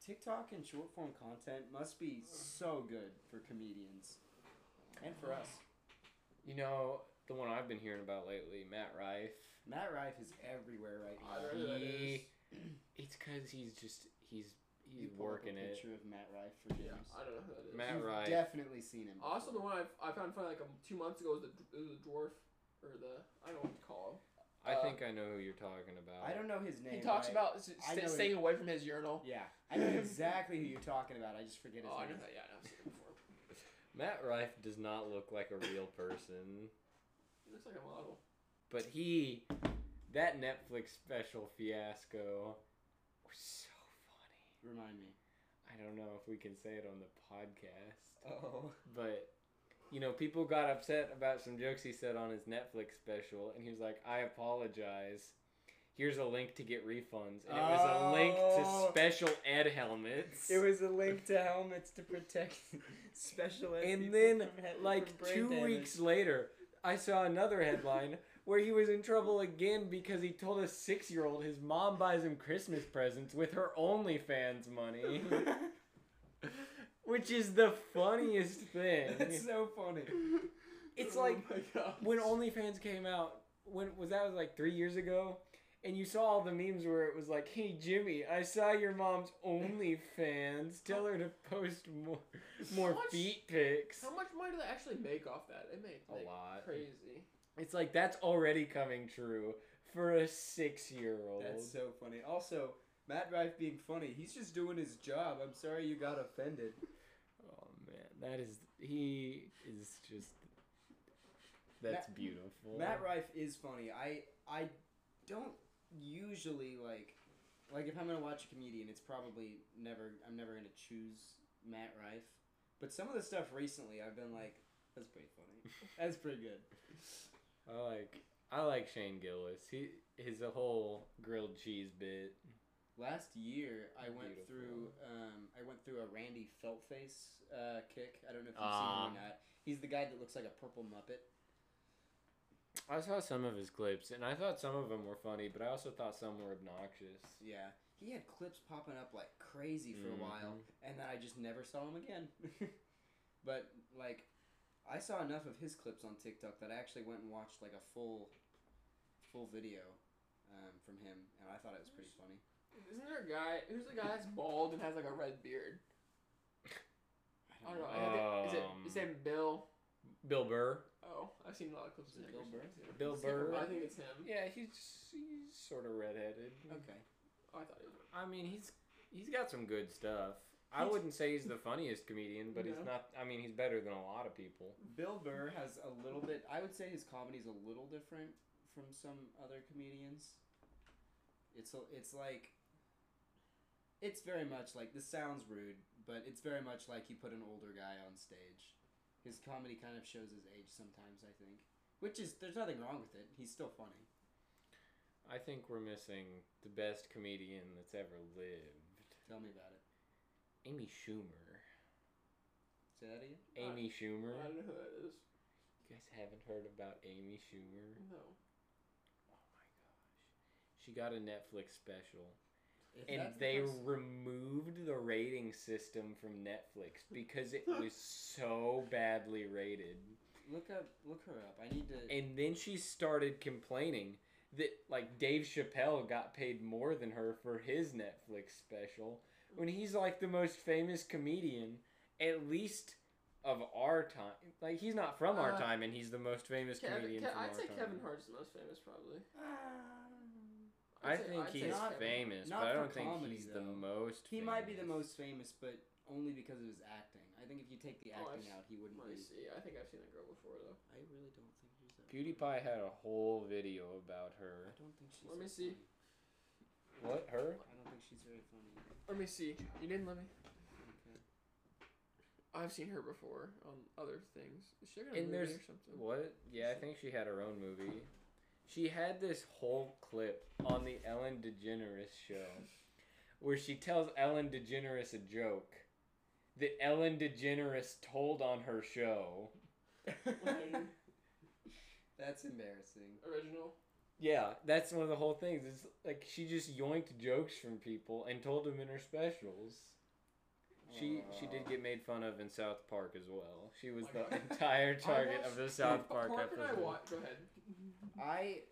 TikTok and short-form content must be so good for comedians and for us.
you know the one I've been hearing about lately, Matt Rife.
Matt Rife is everywhere right
I don't
now.
know who that
He-
is.
It's because he's just he's
You
he's
pull up
working
a
it.
picture of Matt Rife for James.
Yeah, I don't know who that is.
Matt
You've
Rife.
definitely seen him.
Also, the
before.
one I I found funny like um, two months ago was the it was the dwarf or the I don't know what to call him.
I
Uh,
think I know who you're talking about.
I don't know his
He
name.
talks
but I-
about s-
I
sta-
know
staying away from his urinal.
Yeah, I know exactly who you're talking about. I just forget his
Oh, I know
name.
that. Yeah, I know, I've seen it before.
Matt Rife does not look like a real person,
He looks like a model.
but he that Netflix special fiasco was so funny.
Remind me.
I don't know if we can say it on the podcast,
Oh.
but you know, people got upset about some jokes he said on his Netflix special, and he was like, "I apologize." Here's a link to get refunds, and it was a link
Oh.
to special ed helmets.
It was a link to helmets to protect special ed
And
people
then,
from he-
like
from brain
two
damage.
weeks later, I saw another headline where he was in trouble again because he told a six year old his mom buys him Christmas presents with her OnlyFans money, which is the funniest thing.
That's so funny.
It's
Oh
like
my gosh.
when OnlyFans came out, when was that was like three years ago? And you saw all the memes where it was like, "Hey Jimmy, I saw your mom's OnlyFans. Tell her to post more, more
How much-
feet pics."
How much money do they actually make off that? They make
A
like,
lot.
Crazy.
It's like that's already coming true for a six year old.
That's so funny. Also, Matt Rife being funny, he's just doing his job. I'm sorry you got offended.
Oh man, that is he is just that's
Matt-
beautiful.
Matt Rife is funny. I I don't usually like like if I'm gonna watch a comedian, it's probably never I'm never gonna choose Matt Rife. But some of the stuff recently, I've been like, that's pretty funny. That's pretty good.
I like I like Shane Gillis. He his whole grilled cheese bit.
Last year, I went
Beautiful.
through um, I went through a Randy Feltface uh, kick. I don't know if you've
Um.
Ah.
seen him or not. He's the guy that looks like a purple muppet.
I saw some of his clips and I thought some of them were funny, but I also thought some were obnoxious.
Yeah, he had clips popping up like crazy for
Mm-hmm.
a while,
Mhm.
and then I just never saw him again. but like, I saw enough of his clips on TikTok that I actually went and watched like a full, full video um, from him, and I thought it was pretty funny.
Isn't there a guy? Who's the guy that's bald and has like a red beard? I don't know. I think- is it?
Um,
His name Bill.
Bill Burr.
Oh, I've seen a lot of clips of
Is it
him
Bill Burr?
recently, too.
Bill
It's him,
Burr.
I think it's him.
Yeah, he's he's sort of redheaded.
Okay.
Oh, I thought it was.
I mean, he's he's got some good stuff. I
He's-
wouldn't say he's the funniest comedian, but
No.
he's not. I mean, he's better than a lot of people.
Bill Burr has a little bit. I would say his comedy's a little different from some other comedians. It's a, it's like it's very much like this sounds rude, but it's very much like you put an older guy on stage. His comedy kind of shows his age sometimes, I think. Which is there's nothing wrong with it. He's still funny.
I think we're missing the best comedian that's ever lived.
Tell me about it.
Amy Schumer.
Uh,
Say that again.
Amy Schumer.
I don't know who that is.
You guys haven't heard about Amy Schumer?
No.
Oh my gosh. She got a Netflix special.
If
And
that's the
they
case-
removed the rating system from Netflix because it was so badly rated.
look up look her up. I need to.
And then she started complaining that like Dave Chappelle got paid more than her for his Netflix special when he's like the most famous comedian at least of our time. Like he's not from our
Uh,
time and he's the most famous
Kevin,
comedian
Ke-
from
I'd
our
say
time.
Kevin Hart's the most famous, probably.
Ah.
I
I'd say-
think
I'd say
he's
not-
Kevin.
famous,
not
but I
for
don't think
comedy,
he's the
though.
most.
He might be the
famous.
most famous, but only because of his acting. I think if you take the
Oh,
acting
I've-
out, he wouldn't
Let me
be.
see. I think I've seen that girl before though.
I really don't think he's that.
PewDiePie had a whole video about her.
I don't think she's.
Let me
that
see.
funny.
What her?
I don't think she's very funny.
Let me see. You didn't let me.
Okay.
I've seen her before on other things. Is she got a
And
movie
there's-
or something?
What? Yeah, I think she had her own movie. She had this whole clip on the Ellen DeGeneres show where she tells Ellen DeGeneres a joke that Ellen DeGeneres told on her show.
That's embarrassing.
Original.
Yeah, that's one of the whole things. It's like she just yoinked jokes from people and told them in her specials. She she did
Aw.
get made fun of in South Park as well. She was
Oh my
the
God.
entire target
watched-
of the South
Pa-
Park
Park and I
episode.
watch. Go ahead.
I,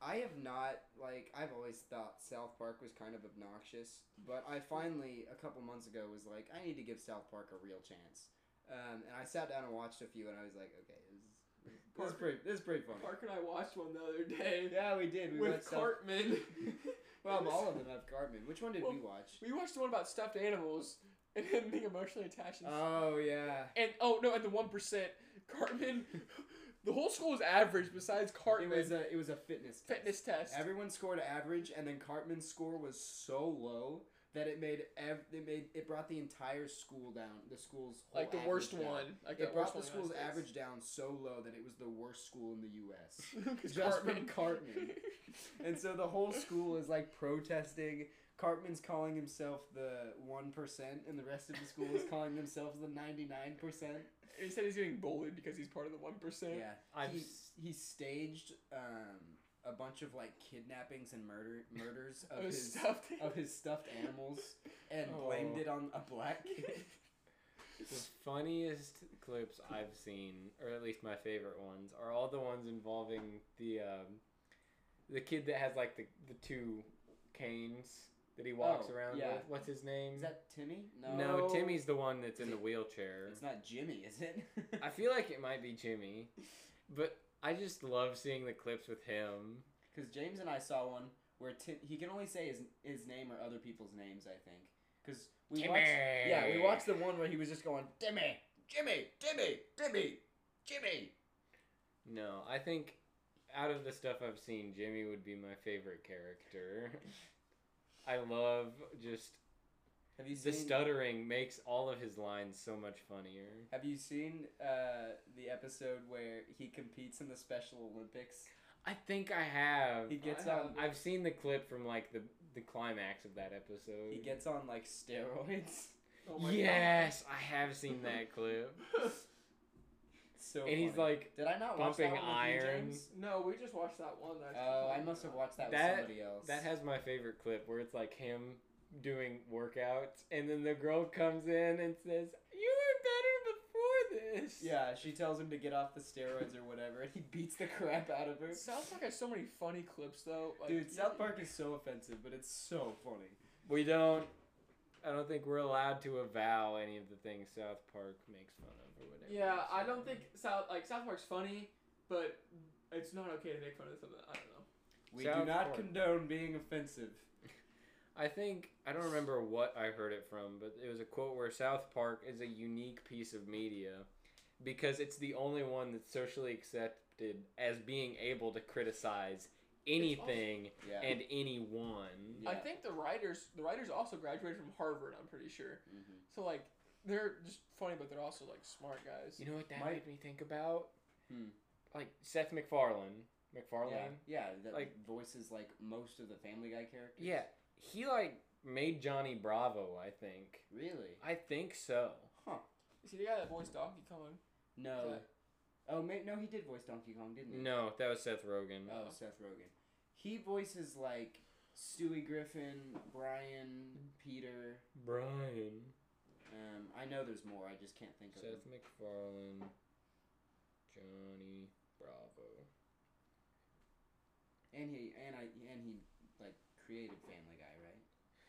I have not like I've always thought South Park was kind of obnoxious, but I finally a couple months ago was like I need to give South Park a real chance. Um, and I sat down and watched a few, and I was like, okay, this is, this is
Parker-
pretty, this is pretty funny.
Park and I watched one the other day
Yeah, we did. We
with
watched South-
Cartman.
Well, all of them have Cartman. Which one did we watch?
we watched the one about stuffed animals and him being emotionally attached. And,
Oh yeah.
and oh no, and the one percent Cartman. The whole school was average besides
It
Cartman.
was uh, a it was a fitness test.
fitness test.
Everyone scored average, and then Cartman's score was so low that it made ev- it made it brought the entire school down. The school's whole
like the
average
worst
down.
one. Like
It
the
brought
worst
the
one in
school's
United
average down so low that it was the worst school in the U.S.
States. 'Cause
just from Cartman. and so the whole school is like protesting. Cartman's calling himself the one percent, and the rest of the school is calling themselves the ninety nine percent.
And he said he's getting bullied because he's part of the one percent.
Yeah,
I've
he,
s-
he staged um, a bunch of like kidnappings and murder murders
It
of
was
his
stuffed.
of his stuffed animals and blamed
Oh.
it on a black kid.
The funniest clips I've seen, or at least my favorite ones, are all the ones involving the um, the kid that has like the, the two canes that he walks
Oh,
around
yeah.
with. What's his name?
Is that Timmy? No,
no. Timmy's the one that's in the wheelchair.
It's not Jimmy, is it?
I feel like it might be Jimmy, but I just love seeing the clips with him.
Because James and I saw one where Tim he can only say his his name or other people's names. I think because we watched yeah we watched the one where he was just going Timmy, Jimmy, Timmy, Timmy, Jimmy.
No, I think out of the stuff I've seen, Jimmy would be my favorite character. I love just
Have you
the
seen
stuttering makes all of his lines so much funnier.
Have you seen uh, the episode where he competes in the Special Olympics?
I think I have.
He gets
I
on
haven't.
I've seen the clip from like the the climax of that episode.
he gets on like steroids.
Oh my
yes, I have seen that clip.
God.
So
And he's
funny.
like
did I not watch
pumping
that one with you,
iron.
James?
no, we just watched that one. That's
Oh, I must have watched that,
That-
with somebody else.
that has my favorite clip where it's like him doing workouts and then the girl comes in and says, "You were better before this."
yeah, she tells him to get off the steroids or whatever, and he beats the crap out of her.
South Park has so many funny clips though. Like,
Dude, South Park is so offensive, but it's so funny.
We don't I don't think we're allowed to avow any of the things South Park makes fun of or whatever.
Yeah,
so-
I don't think South like South Park's funny, but it's not okay to make fun of something. I don't know.
We do
South
not
Park.
condone being offensive.
I think I don't remember what I heard it from, but it was a quote where South Park is a unique piece of media because it's the only one that's socially accepted as being able to criticize anything
Yeah.
and anyone.
Yeah.
I think the writers the writers also graduated from Harvard. I'm pretty sure.
Mhm.
So like they're just funny, but they're also like smart guys.
You know what that
My-
made me think about?
Hmm.
Like Seth MacFarlane. MacFarlane.
Yeah, yeah, that
Like-
voices like most of the Family Guy characters.
Yeah, he like made Johnny Bravo. I think.
Really?
I think so.
Huh.
Is he the guy that voiced Donkey Kong?
No.
Okay.
Oh, ma- no, he did voice Donkey Kong, didn't he?
No, that was Seth Rogen.
Hmm. Oh, Seth Rogen. He voices like Stewie Griffin, Brian, Peter.
Brian.
Um, I know there's more. I just can't think of
Seth MacFarlane. Johnny Bravo.
them. And he and I and he like created Family Guy, right?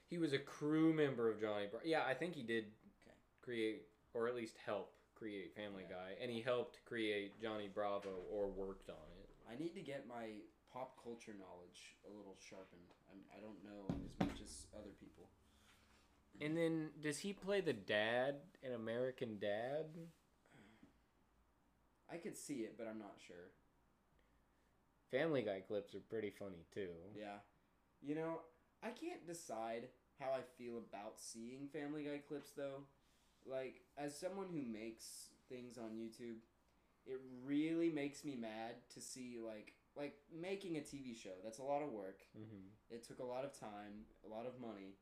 He was a crew member of Johnny Bravo. Yeah, I think he did
Okay.
create, or at least help create Family
Yeah.
Guy, and he helped create Johnny Bravo or worked on it.
I need to get my pop culture knowledge a little sharpened. I'm, I don't know as much as other people. Mm-hmm.
And then does he play the dad in American Dad?
I could see it, but I'm not sure.
Family Guy clips are pretty funny too.
Yeah. You know, I can't decide how I feel about seeing Family Guy clips though. Like, as someone who makes things on YouTube, it really makes me mad to see like like making a TV show. That's a lot of work.
Mm-hmm.
It took a lot of time, a lot of money,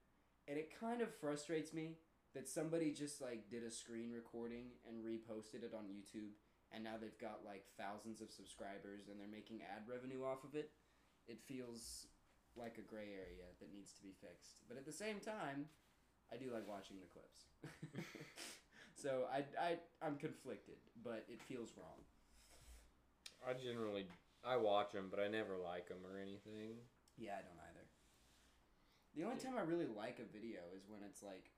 and it kind of frustrates me that somebody just like did a screen recording and reposted it on YouTube and now they've got like thousands of subscribers and they're making ad revenue off of it. It feels like a gray area that needs to be fixed. But at the same time, I do like watching the clips. so I, I I'm conflicted, but it feels wrong.
I generally I watch them, but I never like them or anything.
Yeah, I don't either. The only time I really like a video is when it's like,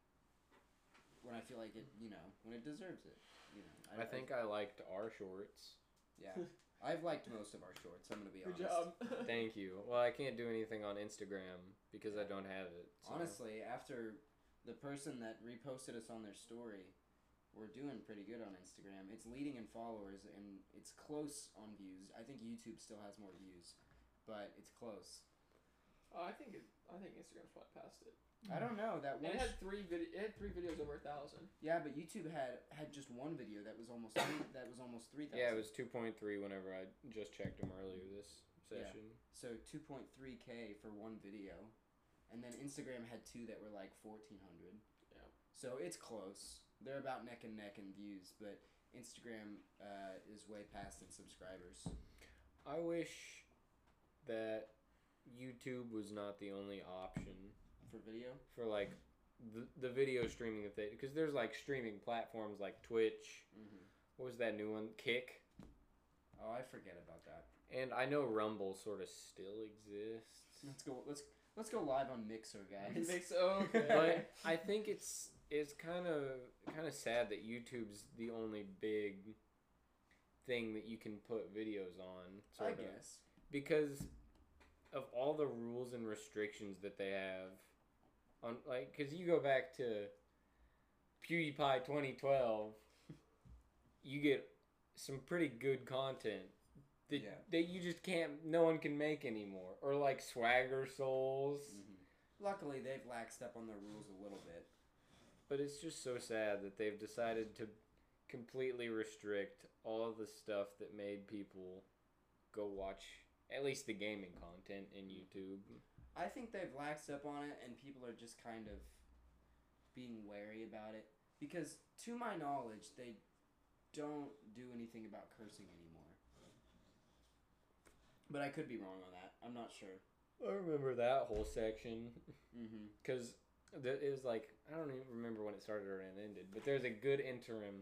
when I feel like it, you know, when it deserves it. You
I,
know,
think I liked our shorts.
yeah, I've liked most of our shorts. I'm gonna be
Good
honest.
job.
Thank you. Well, I can't do anything on Instagram because I don't have it. so-
Honestly, after the person that reposted us on their story, we're doing pretty good on Instagram. It's leading in followers and it's close on views. I think YouTube still has more views, but it's close.
Oh, I think it, I think Instagram probably passed it.
I don't know that
And
one.
it had three vid- it had three videos over a thousand.
yeah, but YouTube had had just one video that was almost three, that was almost three thousand.
yeah, it was two point three. Whenever I just checked them earlier this
Yeah.
session.
So 2.3k for one video, and then Instagram had two that were like 1400.
Yeah.
So it's close. They're about neck and neck in views, but Instagram uh, is way past in subscribers.
I wish that YouTube was not the only option
For video,
for like the, the video streaming that they because there's like streaming platforms like Twitch.
mm-hmm.
What was that new one? Kick.
oh, I forget about that.
And I know Rumble sort of still exists,
Let's go. Let's let's go live on Mixer, guys.
Makes okay.
but I think it's it's kind of kind of sad that YouTube's the only big thing that you can put videos on.
I
sorta.
guess.
because of all the rules and restrictions that they have on like because you go back to pewdiepie 2012 you get some pretty good content that,
Yeah.
that you just can't no one can make anymore or like swagger souls
Mhm. Luckily, they've laxed up on their rules a little bit.
but it's just so sad that they've decided to completely restrict all the stuff that made people go watch at least the gaming content in youtube
I think they've laxed up on it, and people are just kind of being wary about it because, to my knowledge, they don't do anything about cursing anymore. But I could be wrong on that. I'm not sure.
I remember that whole section
Mm-hmm.
because it was like I don't even remember when it started or when it ended, but there's a good interim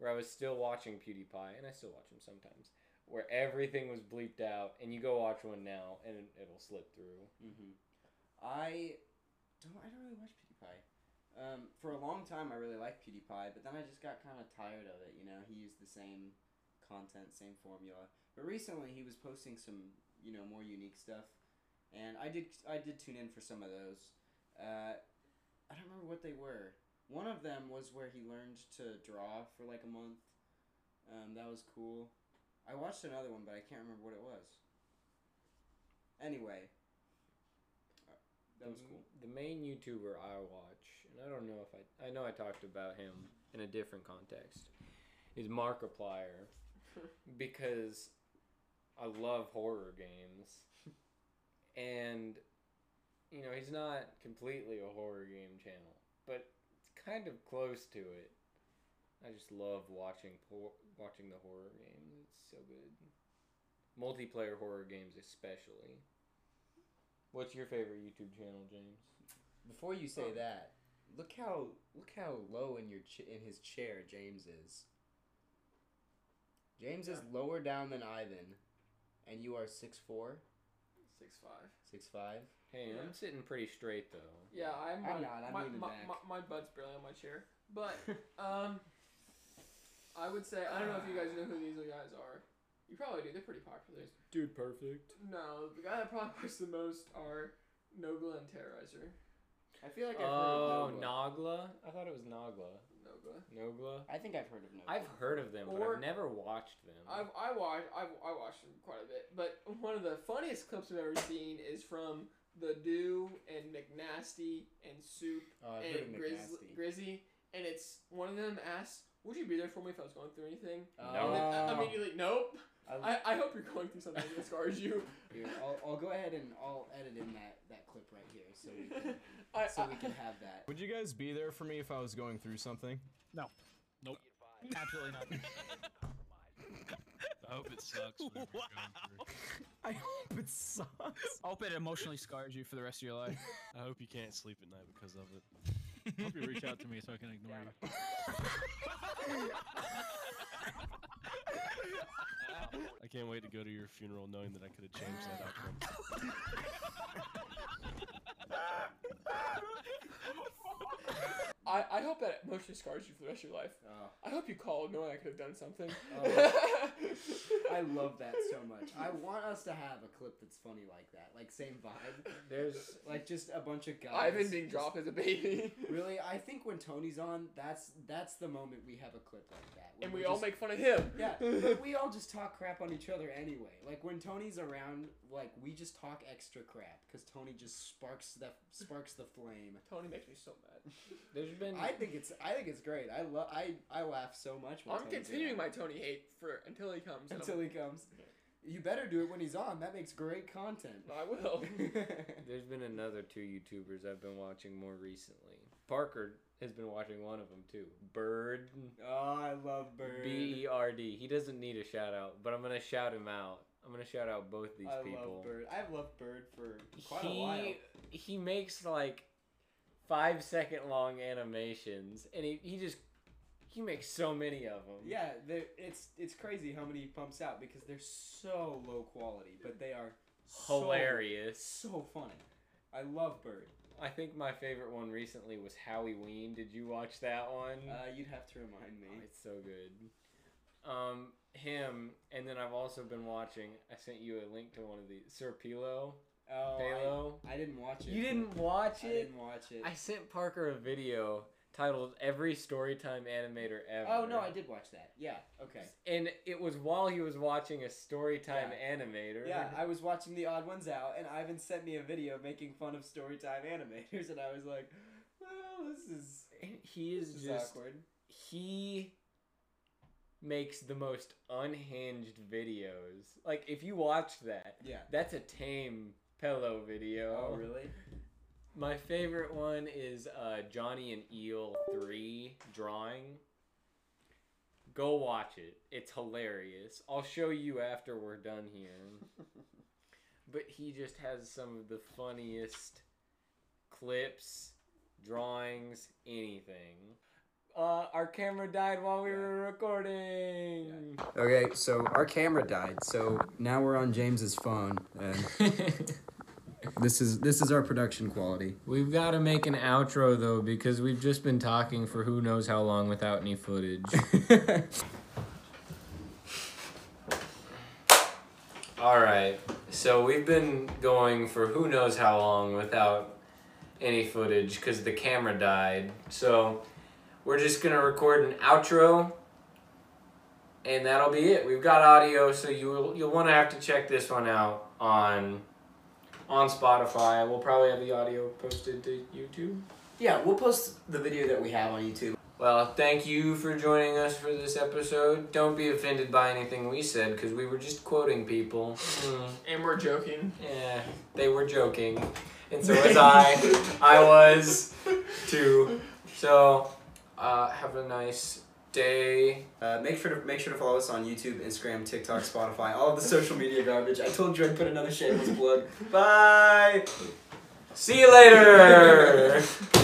where I was still watching PewDiePie, and I still watch him sometimes, where everything was bleeped out, and you go watch one now, and it'll slip through.
Mm-hmm. I don't. I don't really watch PewDiePie. Um, for a long time, I really liked PewDiePie, but then I just got kind of tired of it. You know, he used the same content, same formula. But recently, he was posting some, you know, more unique stuff, and I did I did tune in for some of those. Uh, I don't remember what they were. One of them was where he learned to draw for like a month. Um, that was cool. I watched another one, but I can't remember what it was. Anyway, uh, that was
The-
cool.
The main YouTuber I watch, and I don't know if I I know I talked about him in a different context, is Markiplier because I love horror games. And you know, he's not completely a horror game channel, but it's kind of close to it. I just love watching por- watching the horror games. It's so good. Multiplayer horror games especially. What's your favorite YouTube channel, James?
Before you say
Oh.
that, look how look how low in your ch- in his chair James is. James is
Yeah.
lower down than Ivan, and you are six four,
Six five.
six five.
Hey,
Yeah.
I'm sitting pretty straight though.
Yeah, I'm.
I'm
uh,
not, I'm
my,
leaning
my,
back.
my, my butt's barely on my chair, but um, I would say I don't know if you guys know who these guys are. You probably do. They're pretty popular.
Dude, perfect.
No, the guy that probably watches the most are Nogla and Terrorizer.
I feel like I've
Oh,
heard of Nogla.
Nogla. I thought it was Nogla.
Nogla.
Nogla.
I think I've heard of Nogla.
I've heard of them, but
Or-
I've never watched them.
I've I watch I've I watched them quite a bit, but one of the funniest clips I've ever seen is from the Do and McNasty and Soup
Oh, I've heard of
and Grizz-
McNasty.
Grizzy, and it's one of them asks, "Would you be there for me if I was going through anything?"
No.
And then uh,
Oh.
immediately, nope.
I-
I, I hope you're going through something that scars you.
Oh. Here, I'll, I'll go ahead and I'll edit in that, that clip right here so we can,
I,
so we
I-
can have that.
Would you guys be there for me if I was going through something?
Absolutely not.
I hope it sucks. whatever you're going through.
I hope it sucks.
I hope it emotionally scars you for the rest of your life.
I hope you can't sleep at night because of it. I hope you reach out to me so I can ignore you. I can't wait to go to your funeral knowing that I could have changed that outcome.
I, I hope that emotionally scars you for the rest of your life.
Oh,
I hope you called knowing I could have done something.
I love that so much. I want us to have a clip that's funny like that, like same vibe,
There's
like just a bunch of guys.
Ivan being
just-
dropped as a baby.
Really, I think when Tony's on, that's that's the moment we have a clip like that. where
and we
just,
all make fun of him.
yeah, but we all just talk crap on each other anyway. Like when Tony's around, like we just talk extra crap because Tony just sparks the sparks the flame.
Tony makes me so mad.
there's been
I think it's I think it's great. I love I I laugh so much. When
I'm
Tony's
continuing my
around.
Tony hate for until he comes. and
until he comes. You better do it when he's on. That makes great content.
I'm, I will.
there's been another two YouTubers I've been watching more recently. Parker has been watching one of them too. Bird.
oh, I love Bird.
B E R D. He doesn't need a shout out, but I'm gonna shout him out. I'm gonna shout out both these
I
people.
love Bird. I've loved Bird for quite
he,
a while.
He makes like five second long animations, and he, he just he makes so many of them.
Yeah, they're- it's it's crazy how many he pumps out because they're so low quality, but they are so-
hilarious.
So, funny. I love Bird.
I think my favorite one recently was Howie Ween. Did you watch that one?
Uh, you'd have to remind me.
Oh, it's so good. Um, him, and then I've also been watching. I sent you a link to one of these. Sir Pilo,
Oh,
Palo.
I, I didn't watch it.
You didn't watch
I
it.
didn't watch it.
I, sent Parker a video titled "Every Storytime Animator Ever."
oh no, I did watch that. Yeah. Okay.
And it was while he was watching a Storytime
Yeah.
Animator.
Yeah, I was watching The Odd Ones Out, and Ivan sent me a video making fun of storytime animators, and I was like, well, this is,
he
this
is
is
just
awkward.
he makes the most unhinged videos. Like if you watch that,
Yeah.
that's a tame pillow video.
Oh, really?
My favorite one is uh, Johnny and Eel three drawing. Go watch it. It's hilarious. I'll show you after we're done here. but he just has some of the funniest clips, drawings, anything. Uh, our camera died while we
Yeah.
were recording.
Okay, so our camera died, so now we're on James's phone. And This is this is our production quality.
We've got to make an outro though because we've just been talking for who knows how long without any footage. All right. So we've been going for who knows how long without any footage cuz the camera died. So we're just going to record an outro and that'll be it. We've got audio so you will you'll want to have to check this one out on on Spotify. We'll probably have the audio posted to YouTube.
yeah, we'll post the video that we have on YouTube.
Well, thank you for joining us for this episode. Don't be offended by anything we said because we were just quoting people. Mm,
And we're joking.
yeah, they were joking. And so was I. I was too. So, uh, have a nice day.
Uh, make sure to make sure to follow us on YouTube, Instagram, TikTok, Spotify, all of the social media garbage. I told you I'd put another shameless plug. Bye.
See you later!